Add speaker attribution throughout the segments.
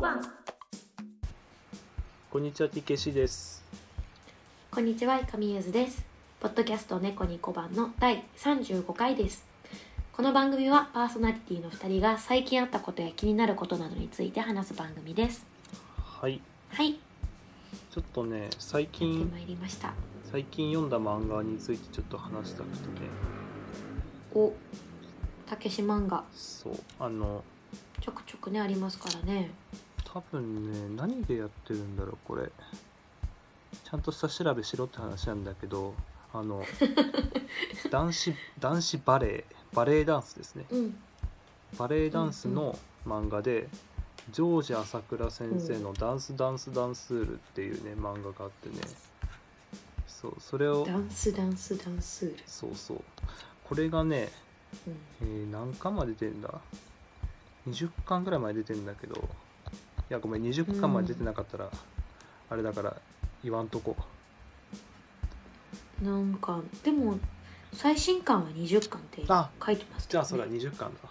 Speaker 1: 番
Speaker 2: こんにちは、ティケシです。
Speaker 1: こんにちは、いかみゆずです。ポッドキャスト猫に小判の第35回です。この番組はパーソナリティの2人が最近あったことや気になることなどについて話す番組です。
Speaker 2: はい、
Speaker 1: はい、や
Speaker 2: ちょっとね、最
Speaker 1: って
Speaker 2: 近、
Speaker 1: まいりました。
Speaker 2: 最近読んだ漫画についてちょっと話したくてね、
Speaker 1: お、たけし漫画、
Speaker 2: そう、あの、
Speaker 1: ちょくちょくね、ありますからね。
Speaker 2: 多分ね、何でやってるんだろう、これ。ちゃんとした調べしろって話なんだけど、あの、男子、男子バレー、バレエダンスですね。
Speaker 1: うん、
Speaker 2: バレエダンスの漫画で、ジョージ朝倉先生の「ダンスダンスダンスール」っていうね漫画があってねそうそれを
Speaker 1: ダンスダンスダンスール。
Speaker 2: そうそうこれがね、
Speaker 1: うん、
Speaker 2: えー何巻まで出てんだ20巻ぐらいまで出てんだけどいやごめん20巻まで出てなかったら、あれだから言わんとこ
Speaker 1: なんか、でも、最新巻は20巻って
Speaker 2: あ
Speaker 1: 書いてますけ
Speaker 2: じ
Speaker 1: どね
Speaker 2: ゃあそれは20巻だ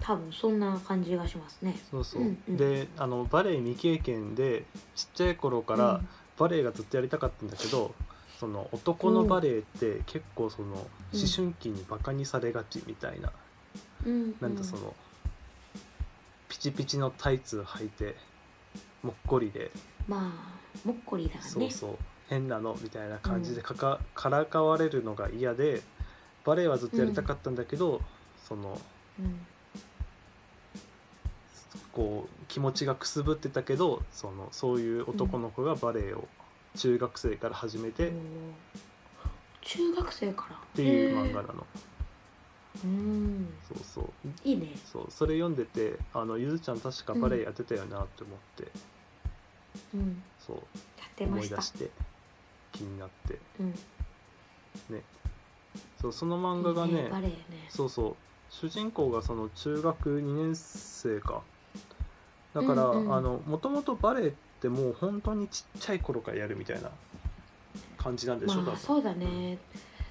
Speaker 1: 多分そんな感じがしますね。
Speaker 2: そうそう、
Speaker 1: うんうん
Speaker 2: であのバレエ未経験でちっちゃい頃から、
Speaker 1: うん
Speaker 2: バレエがずっとやりたかったんだけどその男のバレエって結構その思
Speaker 1: うん
Speaker 2: 春期にバカにされがちみたいな、
Speaker 1: うん、
Speaker 2: なんかそのピチピチのタイツ履いてもっこりで、
Speaker 1: まあもっこりだね
Speaker 2: そうそう変なのみたいな感じでかか,、からかわれるのが嫌でバレエはずっとやりたかったんだけど、その
Speaker 1: うん
Speaker 2: こう気持ちがくすぶってたけどそのそういう男の子がバレエを中学生から始めて
Speaker 1: お
Speaker 2: っ
Speaker 1: ー中学生からって
Speaker 2: いう漫画なの。
Speaker 1: うん
Speaker 2: そうそう
Speaker 1: いいね
Speaker 2: そうそれ読んでてあのゆずちゃん確かバレエやってたよなって思って、
Speaker 1: うん
Speaker 2: そう
Speaker 1: やってま
Speaker 2: 思い
Speaker 1: した
Speaker 2: 出して気になって
Speaker 1: うん
Speaker 2: そうその漫画がね
Speaker 1: いいバレエね
Speaker 2: そうそう主人公がその中学2年生かだから、
Speaker 1: うんうん
Speaker 2: あのもともとバレエってもう本当にちっちゃい頃からやるみたいな感じなんでしょ
Speaker 1: ま
Speaker 2: 多
Speaker 1: あ
Speaker 2: 分
Speaker 1: そうだね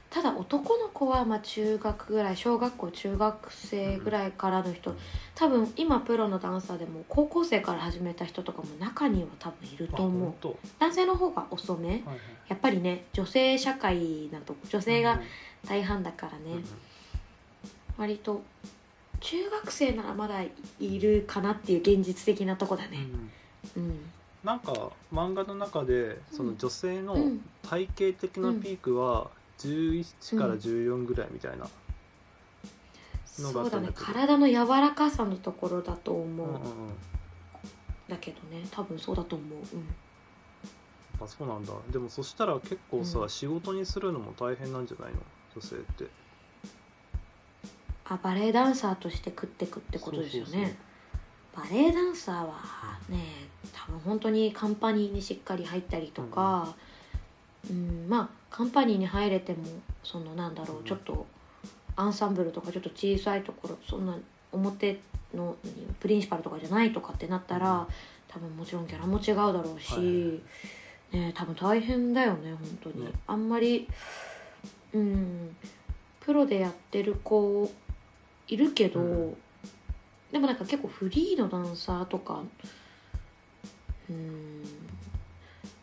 Speaker 1: ただ男の子はまあ中学ぐらい小学校中学生ぐらいからの人、多分今プロのダンサーでも高校生から始めた人とかも中には多分いる
Speaker 2: あ
Speaker 1: と思う
Speaker 2: 本当は
Speaker 1: 男性の方が遅め
Speaker 2: いはい
Speaker 1: やっぱりね女性社会だと女性が大半だからね、
Speaker 2: うんうん
Speaker 1: 割と中学生ならまだいるかなっていう現実的なとこだ
Speaker 2: うんう
Speaker 1: ね
Speaker 2: ん
Speaker 1: うん
Speaker 2: なんか漫画の中でその女性の
Speaker 1: うん
Speaker 2: 体型的なピークは11から14ぐらいみたいな、のが
Speaker 1: そ
Speaker 2: あ
Speaker 1: う
Speaker 2: った
Speaker 1: だ
Speaker 2: んだ
Speaker 1: ね
Speaker 2: けど
Speaker 1: 体の柔らかさのところだと思
Speaker 2: う
Speaker 1: う、
Speaker 2: んうんうん
Speaker 1: だけどね多分そうだと思う
Speaker 2: あそうなんだでもそしたら結構さ、
Speaker 1: うん
Speaker 2: 仕事にするのも大変なんじゃないの女性ってっ
Speaker 1: あバレエダンサーとして食ってくってことですよねバレエダンサーはね多分本当にカンパニーにしっかり入ったりとか、うんまあカンパニーに入れてもそのなんだろう、
Speaker 2: うん
Speaker 1: ちょっとアンサンブルとかちょっと小さいところそんな表の何プリンシパルとかじゃないとかってなったら、
Speaker 2: うん
Speaker 1: 多分もちろんギャラも違うだろうし、
Speaker 2: はいはい
Speaker 1: ね多分大変だよね本当に、
Speaker 2: ね
Speaker 1: あんまりうんプロでやってる子いるけど、
Speaker 2: うん
Speaker 1: でもなんか結構フリーのダンサーとかうん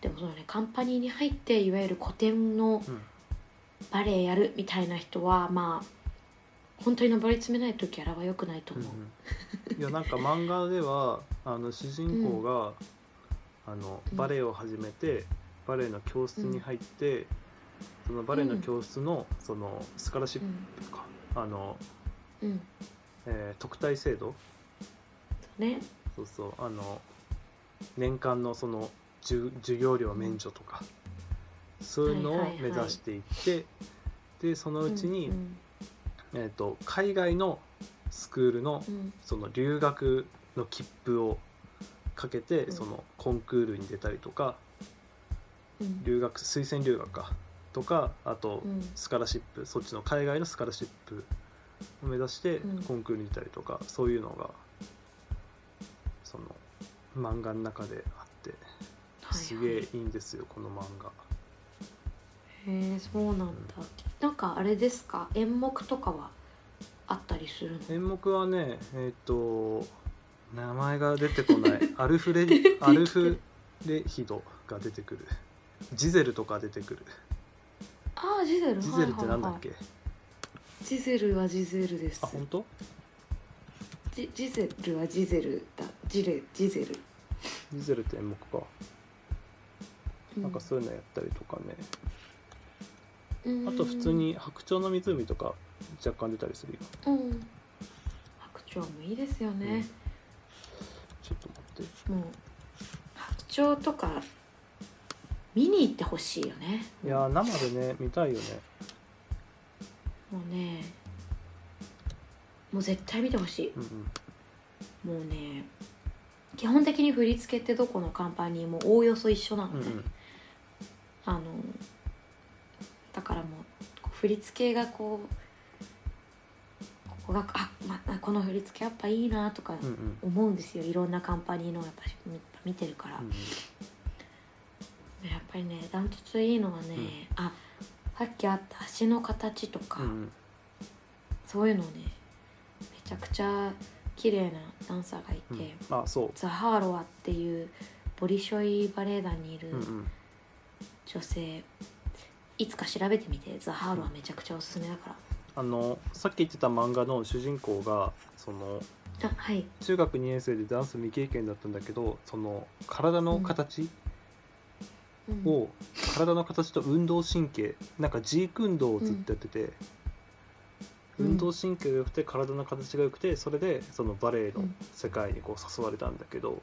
Speaker 1: でもそのねカンパニーに入っていわゆる古典の
Speaker 2: うん
Speaker 1: バレエやるみたいな人は、まあ本当に上り詰めないとギャラは良くないと
Speaker 2: うん
Speaker 1: 思う、
Speaker 2: うん いやなんか漫画ではあの主人公が、あの
Speaker 1: うん
Speaker 2: バレエを始めてバレエの教室に入って、そのバレエの教室の、そのスカラシッ
Speaker 1: うん
Speaker 2: プか、あの、
Speaker 1: うん
Speaker 2: えー特待制度
Speaker 1: そうね
Speaker 2: そうそうあの年間のその授授業料免除とか、そういうのを
Speaker 1: はいはいはい
Speaker 2: 目指していって、でそのうちに、
Speaker 1: うん
Speaker 2: えー、と海外のスクールの
Speaker 1: うん
Speaker 2: その留学の切符をかけて、
Speaker 1: うん
Speaker 2: そのコンクールに出たりとか
Speaker 1: うん
Speaker 2: 留学推薦留学かとかあと
Speaker 1: うん
Speaker 2: スカラシップ、そっちの海外のスカラシップを目指して
Speaker 1: うん
Speaker 2: コンクールに出たりとか、そういうのがその漫画の中であって。
Speaker 1: はいはい
Speaker 2: すげえいいんですよこの漫画
Speaker 1: へえそうなんだなんかあれですか演目とかはあったりするの
Speaker 2: 演目はねえっ、と名前が出てこない アルフレ
Speaker 1: てこな
Speaker 2: ア
Speaker 1: い
Speaker 2: ルフレヒドが出てくるジゼルとか出てくる
Speaker 1: ああジゼル
Speaker 2: ジゼルってなんだ
Speaker 1: はい
Speaker 2: っ
Speaker 1: はい
Speaker 2: け、
Speaker 1: はいジゼルはジゼルです
Speaker 2: あ本当
Speaker 1: ジジゼルはジゼルだジレジゼル、
Speaker 2: ジゼルって演目か
Speaker 1: う
Speaker 2: なんかそういうのやったりとかね、
Speaker 1: うん
Speaker 2: あと普通に「白鳥の湖」とか若干出たりするよ、
Speaker 1: うん白鳥もいいですよ
Speaker 2: うん
Speaker 1: ね、
Speaker 2: ちょっと待って
Speaker 1: もう白鳥とか見に行ってほしいよね
Speaker 2: いやー生でね見たいよね
Speaker 1: もうねもう絶対見てほし
Speaker 2: うんうん
Speaker 1: いもうね基本的に振り付けってどこのカンパニーもおおよそ一緒なの
Speaker 2: う
Speaker 1: ね、
Speaker 2: んうん
Speaker 1: あのだからもうこう振り付けがこうここがあ、まあ、この振り付けやっぱいいなとか
Speaker 2: うんうん
Speaker 1: 思うんですよ、いろんなカンパニーのやっぱしみ見てるから、
Speaker 2: うん
Speaker 1: やっぱりねダントツいいのはね、あさっきあった足の形とか、
Speaker 2: うんうん
Speaker 1: そういうのをねめちゃくちゃ綺麗なダンサーがいて、
Speaker 2: うんあそ
Speaker 1: ザ・ハーロワっていうボリショイバレエ団にいうる
Speaker 2: うんうん
Speaker 1: 女性、いつか調べてみてザ・ハーロワめちゃくちゃおすすめだか
Speaker 2: あのさっき言ってた漫画の主人公がその
Speaker 1: らあはい
Speaker 2: 中学2年生でダンス未経験だったんだけどその体の形
Speaker 1: うん
Speaker 2: を、体の形と運動神経なんかジーク運動をずっとやってて、
Speaker 1: うん
Speaker 2: 運動神経が良くて体の形が良くてそれでそのバレエ
Speaker 1: う
Speaker 2: の
Speaker 1: ん
Speaker 2: 世界にこう誘われたんだけど、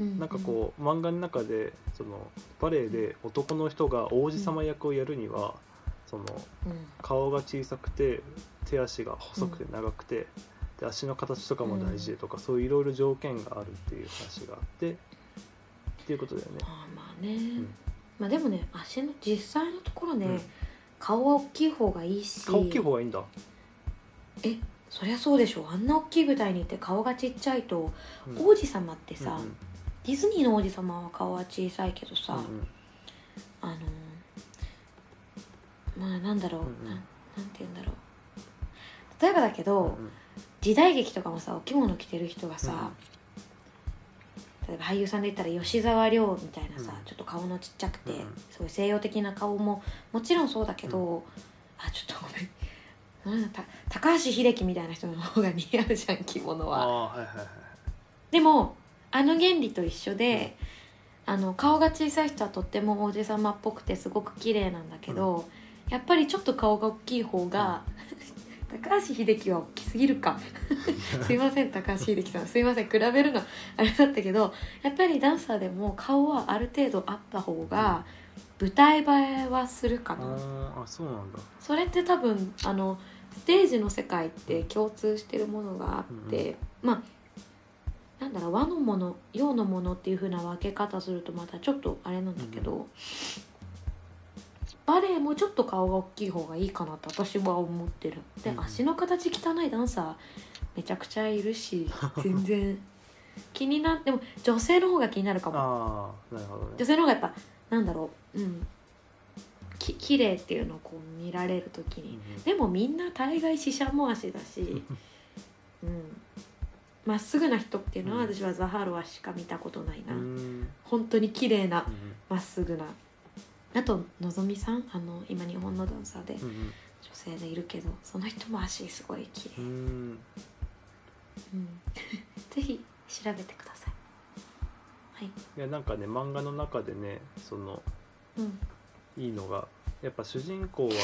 Speaker 1: うん
Speaker 2: なんかこう漫画の中でそのバレエで男の人が王子様役をやるには、その
Speaker 1: うん、
Speaker 2: 顔が小さくて手足が細くて長くて、で足の形とかも大事でとか、そういういろいろ条件があるっていう話があってっていうことだよね。
Speaker 1: まあまあね、
Speaker 2: ん
Speaker 1: まあでもね足の実際のところね、
Speaker 2: うん
Speaker 1: 顔は大きい方がいいし
Speaker 2: 顔大きい方がいいんだ。
Speaker 1: えそりゃそうでしょあんな大きい舞台にいて顔がちっちゃいと、
Speaker 2: うん
Speaker 1: 王子様ってさ、
Speaker 2: うんうん
Speaker 1: ディズニーの王子様は顔は小さいけどさ、
Speaker 2: うんうん
Speaker 1: あのまあなんだろう、
Speaker 2: うんう
Speaker 1: な
Speaker 2: ん
Speaker 1: なんて言うんだろう例えばだけど、
Speaker 2: うんうん
Speaker 1: 時代劇とかもさお着物着てる人がさ、例えば俳優さんで言ったら吉沢亮みたいなさ、
Speaker 2: うん
Speaker 1: ちょっと顔のちっちゃくて、
Speaker 2: うん
Speaker 1: すごい西洋的な顔ももちろんそうだけど、あちょっとごめんなん だた高橋英樹みたいな人の方が似合うじゃん着物
Speaker 2: あ
Speaker 1: は。
Speaker 2: あはいはいはい。
Speaker 1: でもあの原理と一緒で、あの顔が小さい人はとっても王子様っぽくてすごく綺麗なんだけど、やっぱりちょっと顔が大きい方が、 高橋英樹は大きすぎるかすいません高橋英樹さんすいません比べるのあれだったけどやっぱりダンサーでも顔はある程度あった方が舞台映えはするか
Speaker 2: あ
Speaker 1: な、
Speaker 2: ーあそうなんだ。
Speaker 1: それって多分あのステージの世界って共通してるものがあって、まあなんだろう和のもの洋のものっていう風な分け方するとまたちょっとあれなんだけど、バレエもちょっと顔が大きい方がいいかなって私は思ってるで、
Speaker 2: うん
Speaker 1: 足の形汚いダンサーめちゃくちゃいる し全然気になっても女性の方が気になるかも
Speaker 2: ああなるほど
Speaker 1: 女
Speaker 2: ね。
Speaker 1: 性の方がやっぱなんだろううんき綺麗っていうのをこう見られる時
Speaker 2: うんう
Speaker 1: に
Speaker 2: ん
Speaker 1: でもみんな大概死者も足だ しうんまっすぐな人っていうのは
Speaker 2: うん
Speaker 1: 私はザハロワしか見たことないな、
Speaker 2: うんうん
Speaker 1: 本当に綺麗な
Speaker 2: うん
Speaker 1: まっすぐなあとのぞみさんあの今日本のダンサーで女
Speaker 2: うん
Speaker 1: 性でいるけどその人も足すごい綺
Speaker 2: う
Speaker 1: 麗、
Speaker 2: ん
Speaker 1: うん、ぜひ調べてくださいはい
Speaker 2: いやなんかね漫画の中でねその
Speaker 1: うん
Speaker 2: いいのがやっぱ主人公は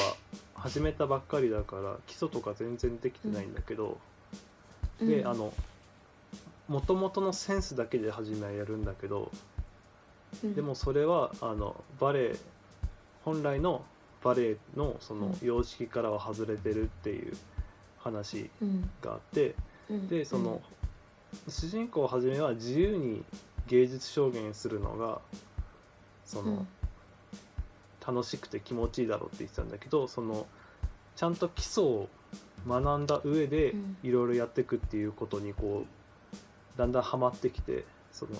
Speaker 2: 始めたばっかりだから基礎とか全然できてないんだけど、で
Speaker 1: うん
Speaker 2: あの元々のセンスだけで初めはやるんだけど
Speaker 1: うん
Speaker 2: でもそれはあのバレエ本来のバレエのその
Speaker 1: う
Speaker 2: 様式からは外れてるっていう話
Speaker 1: うん
Speaker 2: があって
Speaker 1: うん
Speaker 2: でその主人公はじめは自由に芸術表現するのがその、楽しくて気持ちいいだろうって言ってたんだけどそのちゃんと基礎を学んだ上で
Speaker 1: うん
Speaker 2: いろいろやっていくっていうことにこうだんだんハマってきてその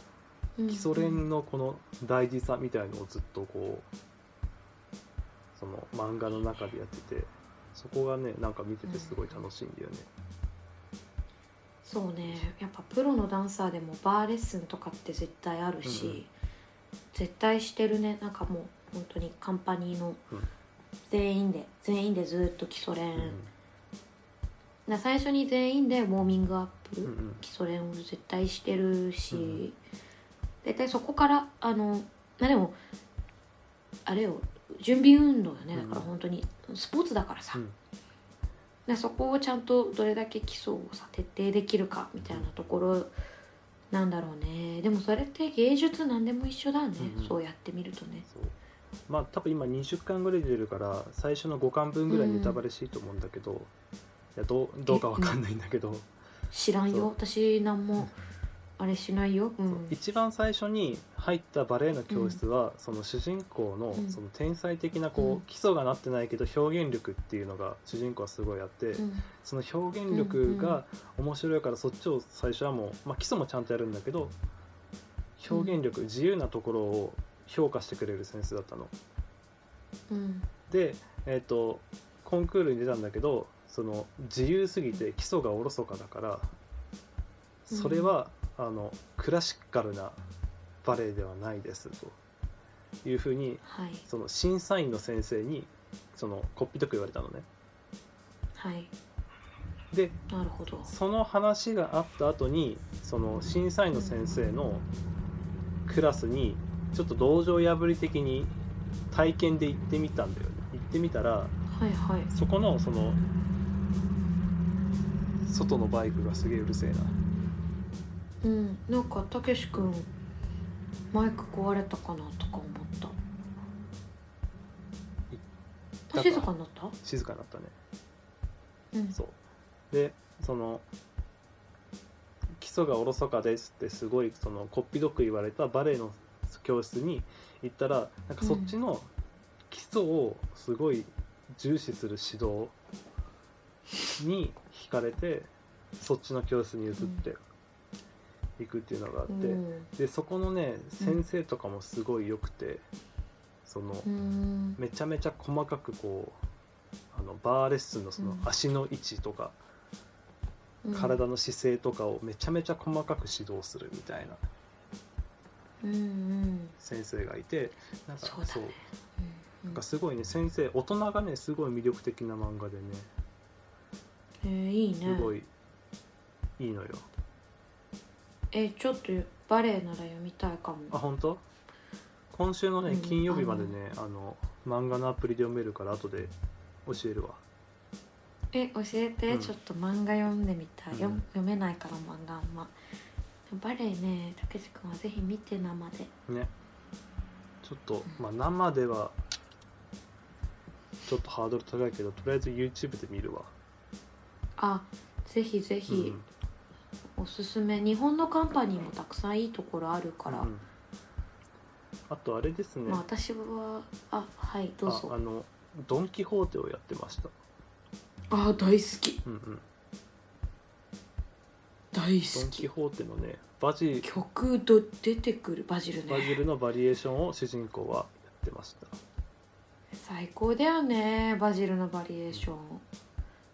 Speaker 1: うん
Speaker 2: 基礎練のこの大事さみたいのをずっとこうその漫画の中でやっててそこがねなんか見ててすごい楽しいんだよね。
Speaker 1: そうねやっぱプロのダンサーでもバーレッスンとかって絶対あるし、
Speaker 2: うんうん
Speaker 1: 絶対してるねなんかもう本当にカンパニーの
Speaker 2: うん
Speaker 1: 全員で、全員でずっと基礎練、
Speaker 2: うん
Speaker 1: な最初に全員でウォーミングアップ、
Speaker 2: うんうん
Speaker 1: 基礎練を絶対してるし、
Speaker 2: うん
Speaker 1: 絶対そこからあのまあでもあれよ準備運動よね
Speaker 2: うん
Speaker 1: だから本当にスポーツだからさ、
Speaker 2: うん
Speaker 1: でそこをちゃんとどれだけ基礎をさ徹底できるかみたいなところなんだろうねでもそれって芸術何でも一緒だね、
Speaker 2: うんうん
Speaker 1: そうやってみるとね
Speaker 2: そうまあ多分今20巻ぐらい出るから最初の5巻分ぐらいネタバレしていいと思うんだけど、いやどうどうかわかんないんだけど、
Speaker 1: 知らん
Speaker 2: そう
Speaker 1: よ私何
Speaker 2: うん
Speaker 1: もあれしないよ、う、
Speaker 2: そうん一番最初に入ったバレエの教室は、その主人公の
Speaker 1: うん
Speaker 2: その天才的な
Speaker 1: うん
Speaker 2: こう基礎がなってないけど表現力っていうのが主人公はすごいあって、
Speaker 1: うん
Speaker 2: その表現力が面白いからそっちを最初はもう、まあ、基礎もちゃんとやるんだけど表現力、自由なところを評価してくれる先生だったの。
Speaker 1: うん
Speaker 2: で、えー、とコンクールに出たんだけどその自由すぎて基礎がおろそかだからそれは、あのクラシカルなバレエではないですというふうに
Speaker 1: はい
Speaker 2: その審査員の先生にそのこっぴどく言われたのね。
Speaker 1: はい
Speaker 2: で
Speaker 1: なるほど
Speaker 2: その話があった後にその審査員の先生のクラスにちょっと道場破り的に体験で行ってみたんだよね行ってみたら
Speaker 1: はいはい
Speaker 2: そこのその外のバイクがすげえうるせえな
Speaker 1: うん、なんかたけし君マイク壊れたかなとか思った
Speaker 2: だから
Speaker 1: 静かになった
Speaker 2: 静かになったね
Speaker 1: うん
Speaker 2: そうでその基礎がおろそかですってすごいそのこっぴどく言われたバレエの教室に行ったらなんかそっちの基礎をすごい重視する指導に惹かれてそっちの教室に移っていくっていうのがあって、
Speaker 1: うん
Speaker 2: でそこのね先生とかもすごい良くて、その
Speaker 1: うん
Speaker 2: めちゃめちゃ細かくこうあのバーレッスンのその足の位置とか、
Speaker 1: うん
Speaker 2: 体の姿勢とかをめちゃめちゃ細かく指導するみたいな
Speaker 1: うんうん
Speaker 2: 先生がいてなんか
Speaker 1: そうだねう
Speaker 2: なん
Speaker 1: ん
Speaker 2: かすごいね先生大人がねすごい魅力的な漫画でね
Speaker 1: えーいい
Speaker 2: す
Speaker 1: ね
Speaker 2: ごいいいのよ
Speaker 1: えちょっとバレエなら読みたいか
Speaker 2: あ
Speaker 1: も
Speaker 2: 本当今週の
Speaker 1: う
Speaker 2: ね
Speaker 1: ん
Speaker 2: 金曜日までねあの漫画のアプリで読めるから後で教えるわ
Speaker 1: え教えて、
Speaker 2: うん
Speaker 1: ちょっと漫画読んでみたい、よ
Speaker 2: うん
Speaker 1: 読めないから漫画あんまバレエねたけし君はぜひ見て生で
Speaker 2: ねちょっとまあ生ではちょっとハードル高いけどとりあえず YouTube で見るわ、
Speaker 1: あぜひぜ
Speaker 2: う
Speaker 1: ひ
Speaker 2: ん
Speaker 1: おすすめ、日本のカンパニーもたくさんいいところあるから、
Speaker 2: うんあとあれですね、
Speaker 1: まあ私はあはいどう
Speaker 2: ああ
Speaker 1: ぞ
Speaker 2: のドン・キホーテをやってました、
Speaker 1: あ大好き
Speaker 2: うんうん、
Speaker 1: 大
Speaker 2: ド
Speaker 1: 好
Speaker 2: ン・キ
Speaker 1: き
Speaker 2: ホーテのねバジ
Speaker 1: 曲ど出てくるバジル
Speaker 2: バジ
Speaker 1: ね
Speaker 2: ルのバリエーションを主人公はやってました
Speaker 1: 最高だよねバジルのバリエーションっ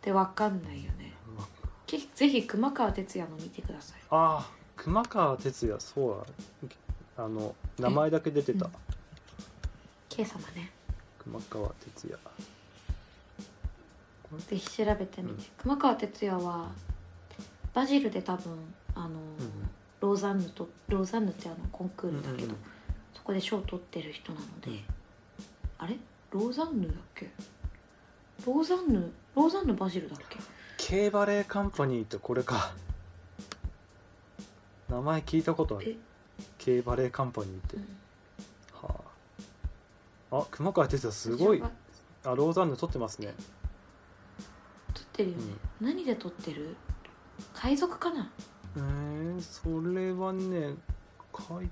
Speaker 1: てわかんないよね
Speaker 2: うん
Speaker 1: きぜひ熊川哲也も見てください
Speaker 2: ああ熊川哲也そうだあの名前だけ出てた、
Speaker 1: うん K 様ね
Speaker 2: 熊川哲也
Speaker 1: ぜひ調べてみて、熊川哲也はバジルで多分あの、
Speaker 2: うん
Speaker 1: ローザンヌとローザンヌってあのコンクールだけど、
Speaker 2: うんうんうん
Speaker 1: そこで賞を取ってる人なので、
Speaker 2: うん
Speaker 1: あれローザンヌだっけローザンヌローザンヌバジルだっけ
Speaker 2: K バレーカンパニーってこれか名前聞いたことある
Speaker 1: え
Speaker 2: K バレーカンパニーって、
Speaker 1: うん
Speaker 2: はああ熊川哲也すごい
Speaker 1: 取
Speaker 2: あローザンヌ撮ってますね
Speaker 1: ってるよね、何で取ってる海賊かな
Speaker 2: えー、それはねかい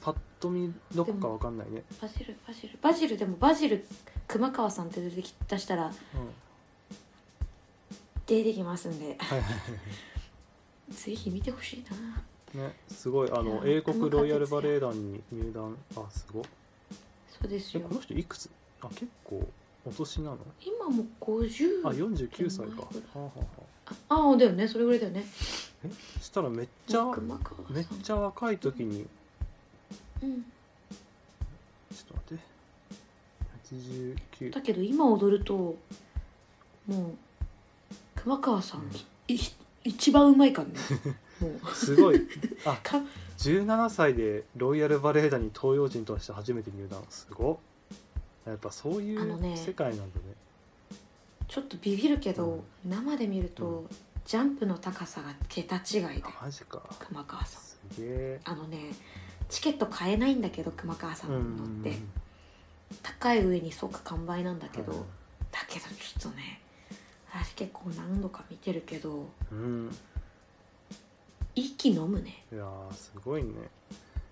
Speaker 2: パッと見どこかわかんないね、
Speaker 1: バジルバジルバジルでもバジル熊川さんって出てき出したら
Speaker 2: うん、
Speaker 1: 出てきますんで
Speaker 2: はいはいは
Speaker 1: ぜひ見てほしいない
Speaker 2: ねすごいあの
Speaker 1: いや
Speaker 2: 英国ロイヤルバレエ団に入団あすごい
Speaker 1: そうです
Speaker 2: え
Speaker 1: よ
Speaker 2: この人いくつあ結構お年なの
Speaker 1: 今も50
Speaker 2: あ49歳か
Speaker 1: うん
Speaker 2: はあはあはあ
Speaker 1: ああだよねそれぐらいだよね
Speaker 2: えしたらめっちゃ
Speaker 1: 熊川さん
Speaker 2: めっちゃ若い時に
Speaker 1: うん、
Speaker 2: ちょっと待って89
Speaker 1: だけど今踊るともう熊川さん、いい一番うまいからねもう
Speaker 2: す ごいあ
Speaker 1: か
Speaker 2: 17歳でロイヤルバレエ団に東洋人として初めて入団すごっやっぱそうい
Speaker 1: あの
Speaker 2: う
Speaker 1: ね
Speaker 2: 世界なんだね
Speaker 1: ちょっとビビるけど、生で見ると、
Speaker 2: う
Speaker 1: ジャンプの高さが桁違いだよ
Speaker 2: あマジか
Speaker 1: 熊川さん
Speaker 2: すげえ
Speaker 1: あのねチケット買えないんだけど熊川さん
Speaker 2: う
Speaker 1: の
Speaker 2: ん
Speaker 1: って、高い上に即完売なんだけど、
Speaker 2: はい
Speaker 1: だけどちょっとね私結構何度か見てるけど
Speaker 2: うん
Speaker 1: 息飲むね
Speaker 2: いやーすごいね、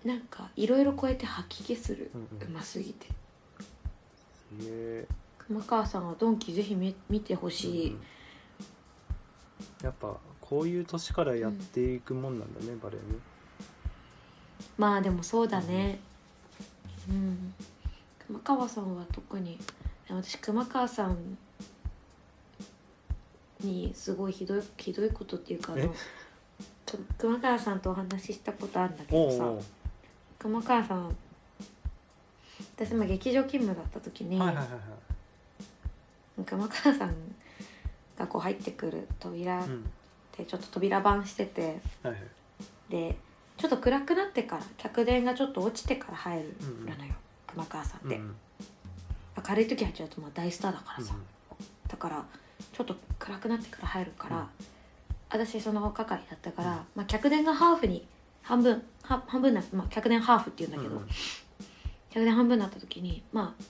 Speaker 1: なんかいろいろこうやって吐き気する
Speaker 2: うんうん、
Speaker 1: うますぎて
Speaker 2: すげえ
Speaker 1: 熊川さんはドンキぜひ見見てほしい、
Speaker 2: うんやっぱこういう年からやっていくもんなんだね、バレエね
Speaker 1: まあでもそうだねうん熊川さんは特にでも私熊川さんにすごいひどいひどいことっていうかあ
Speaker 2: え
Speaker 1: のく熊川さんとお話ししたことあるんだけ
Speaker 2: お
Speaker 1: どさ
Speaker 2: う
Speaker 1: 熊川さん私も劇場勤務だった時
Speaker 2: お
Speaker 1: に、
Speaker 2: うはいはいはいはい
Speaker 1: 熊川さんがこう入ってくる扉っ
Speaker 2: うん
Speaker 1: てちょっと扉番してて、
Speaker 2: はいはい
Speaker 1: でちょっと暗くなってから客電がちょっと落ちてから入る
Speaker 2: うんうん
Speaker 1: のよ、熊川さんっ
Speaker 2: うんう
Speaker 1: て、
Speaker 2: ん
Speaker 1: 明るい時入っちゃうとまあ大スターだからさ、だからちょっと暗くなってから入るから、
Speaker 2: うん
Speaker 1: 私その係だったから、
Speaker 2: うん
Speaker 1: まあ、客電がハーフに半分は半分な、まあ、客電ハーフって言うんだけど、
Speaker 2: うん
Speaker 1: 客電半分になった時にまあ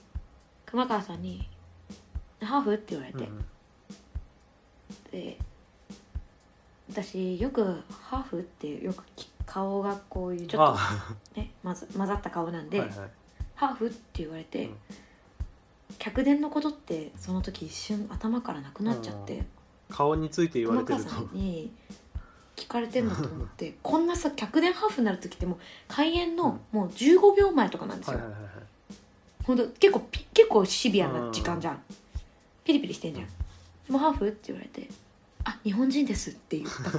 Speaker 1: 熊川さんに「ハーフ?」って言われて、
Speaker 2: うん
Speaker 1: で私よく「ハーフ?」ってよくき顔がこういうちょっ
Speaker 2: あ
Speaker 1: と、ね、まず混ざった顔なんで「
Speaker 2: はいはい
Speaker 1: ハーフ?」って言われて、
Speaker 2: うん
Speaker 1: 客電のことってその時一瞬頭からなくなっちゃって。
Speaker 2: 顔について言われ
Speaker 1: 熊
Speaker 2: て
Speaker 1: 川
Speaker 2: ると
Speaker 1: さんに聞かれてんだと思ってこんなさ客電ハーフになる時ってもう開演のもう15秒前とかなんです
Speaker 2: はい
Speaker 1: よ、
Speaker 2: はいはいはい
Speaker 1: ほんと結構ピ結構シビアな時間じゃん、ピリピリしてんじゃん「もうハーフ?」って言われて「あ日本人です」って言った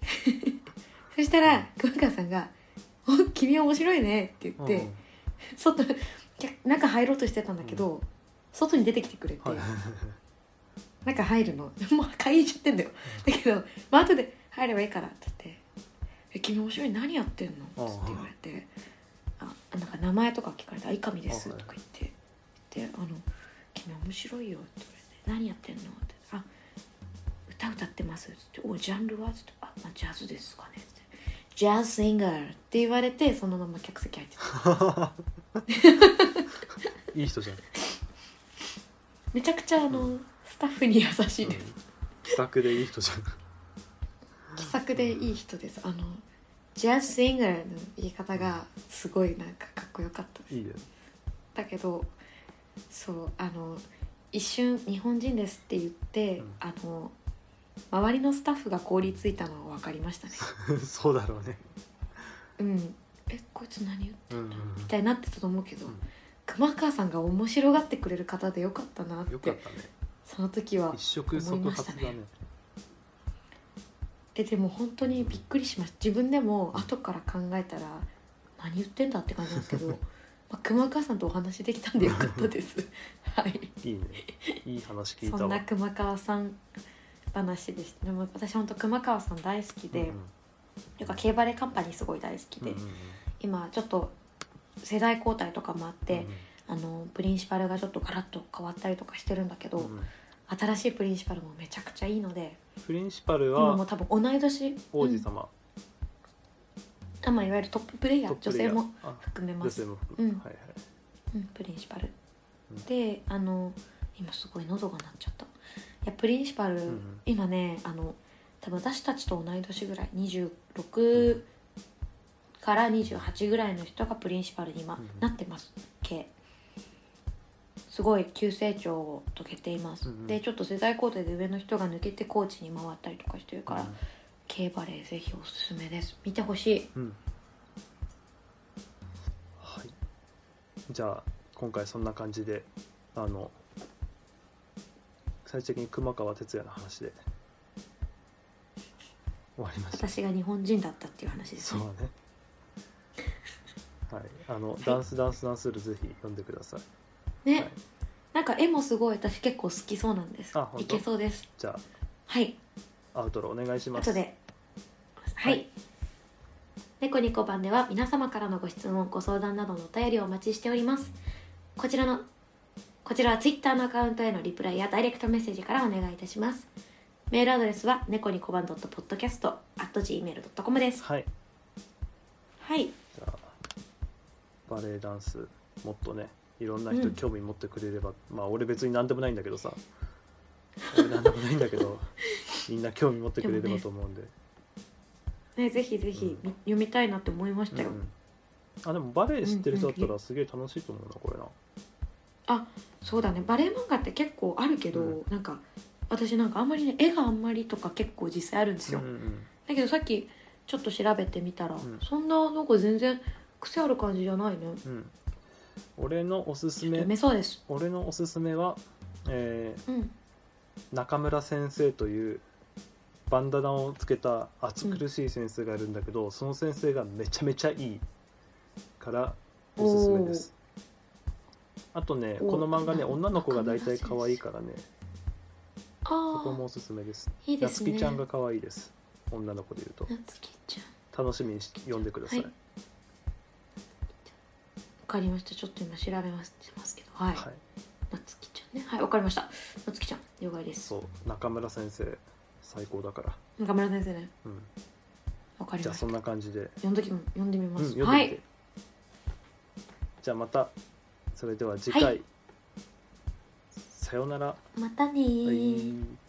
Speaker 1: そしたら熊川さんが「お君面白いね」って言って、外客中入ろうとしてたんだけど、外に出てきてくれて、
Speaker 2: うんはいはいはい
Speaker 1: 中入るの もう開演しちゃってんだよだけど、まあ後で入ればいいからって言って「え君面白い何やってんの?」って言われて「あなんか名前とか聞かれたら「いかみです」
Speaker 2: あは
Speaker 1: と
Speaker 2: い
Speaker 1: か言って「であの君面白いよ」って言われて「何やってんの?」って「あ歌歌ってます」って言って「おジャンルは?」って言って「あ、まあ、ジャズですかね」って「ジャズシンガー」って言われてそのまま客席入ってた
Speaker 2: い い人じゃん
Speaker 1: めちゃくちゃあの、
Speaker 2: う
Speaker 1: スタッフに優し いです、
Speaker 2: 気さくでいい人じゃん
Speaker 1: 気さくでいい人ですあのジャズ・シンガーの言い方がすごいなんかかっこよかったです
Speaker 2: いいよ
Speaker 1: だけどそうあの一瞬「日本人です」って言って、
Speaker 2: うん
Speaker 1: あの周りのスタッフが凍りついたのが分かりま したね
Speaker 2: そうだろうね
Speaker 1: うんえこいつ何言って
Speaker 2: うんうんん
Speaker 1: だ、みたいになってたと思うけど、
Speaker 2: うん
Speaker 1: 熊川さんが面白がってくれる方でよかったなっ
Speaker 2: うんよかってたね
Speaker 1: その時は
Speaker 2: 一触即発だ
Speaker 1: 思いました
Speaker 2: ね
Speaker 1: ねえでも本当にびっくりしました自分でも後から考えたら何言ってんだって感じなんですけ ど、まあ、熊川さんとお話できたんでよかったですはい
Speaker 2: いいねいい話聞いたわ
Speaker 1: そんな熊川さん話でしたでも私本当熊川さん大好きで、
Speaker 2: うんうん
Speaker 1: というか K バレーカンパニーすごい大好きで、
Speaker 2: うんうんうん
Speaker 1: 今ちょっと世代交代とかもあって、
Speaker 2: うんうん
Speaker 1: あのプリンシパルがちょっとガラッと変わったりとかしてるんだけど、
Speaker 2: うんうん
Speaker 1: 新しいプリンシパルもめちゃくちゃいいので
Speaker 2: プリンシパル
Speaker 1: 今も
Speaker 2: は
Speaker 1: う多分同い年
Speaker 2: 王
Speaker 1: う
Speaker 2: 子
Speaker 1: ん
Speaker 2: 様、
Speaker 1: あまあ、いわゆるトッププレイヤ
Speaker 2: トッ
Speaker 1: ー
Speaker 2: プ
Speaker 1: 女
Speaker 2: レイ
Speaker 1: 性
Speaker 2: ヤー
Speaker 1: も
Speaker 2: あ
Speaker 1: 含めま
Speaker 2: 女
Speaker 1: す
Speaker 2: 性、も
Speaker 1: う
Speaker 2: 含む、
Speaker 1: ん
Speaker 2: はいはい
Speaker 1: うん、プリンシパル、
Speaker 2: うん
Speaker 1: であの今すごい喉が鳴っちゃったいやプリンシパル、
Speaker 2: んうん
Speaker 1: 今ねあの多分私たちと同い年ぐらい
Speaker 2: う
Speaker 1: 26から28ぐらいの人がプリンシパルに今
Speaker 2: うんうん
Speaker 1: なってます系すごい急成長を遂げています、
Speaker 2: うんうん
Speaker 1: でちょっと世代交代で上の人が抜けてコーチに回ったりとかしてるから、K バレーぜひおすすめです見てほしい
Speaker 2: うん、うんはいじゃあ今回そんな感じであの最終的に熊川哲也の話で終わりました
Speaker 1: 私が日本人だったっていう話です
Speaker 2: そう
Speaker 1: ね
Speaker 2: だねはいあの、ダンスダンスダンスルぜひ読んでください
Speaker 1: ね、
Speaker 2: はい
Speaker 1: なんか絵もすごい私結構好きそうなんです
Speaker 2: あ本当
Speaker 1: いけそうです
Speaker 2: じゃ
Speaker 1: はい
Speaker 2: あアウトロお願いします
Speaker 1: 後ではい、
Speaker 2: はい
Speaker 1: 猫ニコ版では皆様からのご質問ご相談などのお便りをお待ちしておりますこちらのこちらは Twitter のアカウントへのリプライやダイレクトメッセージからお願いいたしますメールアドレスは猫ニコ版 .podcast.gmail.com です
Speaker 2: はい
Speaker 1: はい
Speaker 2: じゃあバレエダンスもっとねいろんな人
Speaker 1: うん
Speaker 2: 興味持ってくれれば、まあ俺別に何でもないんだけどさ俺何でもないんだけ どみんな興味持ってくれればと思うんで
Speaker 1: ね、ぜひぜひ、み読みたいなって思いましたよ、
Speaker 2: うんうんあでもバレエ知ってる人だったらすげえ楽しいと思うなこれな
Speaker 1: そうだねバレエ漫画って結構あるけど、
Speaker 2: う
Speaker 1: なんか私なんかあんまりね絵があんまりとか結構実際あるんですよ、
Speaker 2: うんうん
Speaker 1: だけどさっきちょっと調べてみたら、
Speaker 2: ん
Speaker 1: そんななんか全然癖ある感じじゃないね
Speaker 2: うん俺のおすす
Speaker 1: 読
Speaker 2: め
Speaker 1: めそうです
Speaker 2: 俺のおすすめは、え
Speaker 1: うん
Speaker 2: ー中村先生というバンダナをつけた暑苦しい先生がいるんだけど、その先生がめちゃめちゃいいからおすすめですあとね
Speaker 1: おー
Speaker 2: この漫画ね
Speaker 1: な
Speaker 2: 女の子が大体
Speaker 1: 中
Speaker 2: 可
Speaker 1: 村先生
Speaker 2: 愛いからねそ
Speaker 1: あ
Speaker 2: こも
Speaker 1: あ
Speaker 2: おすすめです
Speaker 1: いいで
Speaker 2: 夏
Speaker 1: す
Speaker 2: 希、
Speaker 1: ね
Speaker 2: ちゃんが可愛いです女の子で言うと
Speaker 1: 夏希ちゃんわ
Speaker 2: 楽しみにし読んでください、
Speaker 1: はいかりましたちょっと今調べますしてますけどはい、
Speaker 2: はい、
Speaker 1: 夏希ちゃんねはいわかりました夏希ちゃん了解です
Speaker 2: そう中村先生最高だから、
Speaker 1: 中村先生ね
Speaker 2: うん、
Speaker 1: わかり
Speaker 2: じゃ
Speaker 1: ま
Speaker 2: あ
Speaker 1: した
Speaker 2: そんな感じで、
Speaker 1: 読んできも読んでみ
Speaker 2: うん、
Speaker 1: ます、
Speaker 2: 読ん
Speaker 1: は
Speaker 2: でみて、
Speaker 1: い
Speaker 2: じゃあまたそれでは次回、
Speaker 1: はい
Speaker 2: さようなら、
Speaker 1: またねー、
Speaker 2: バイ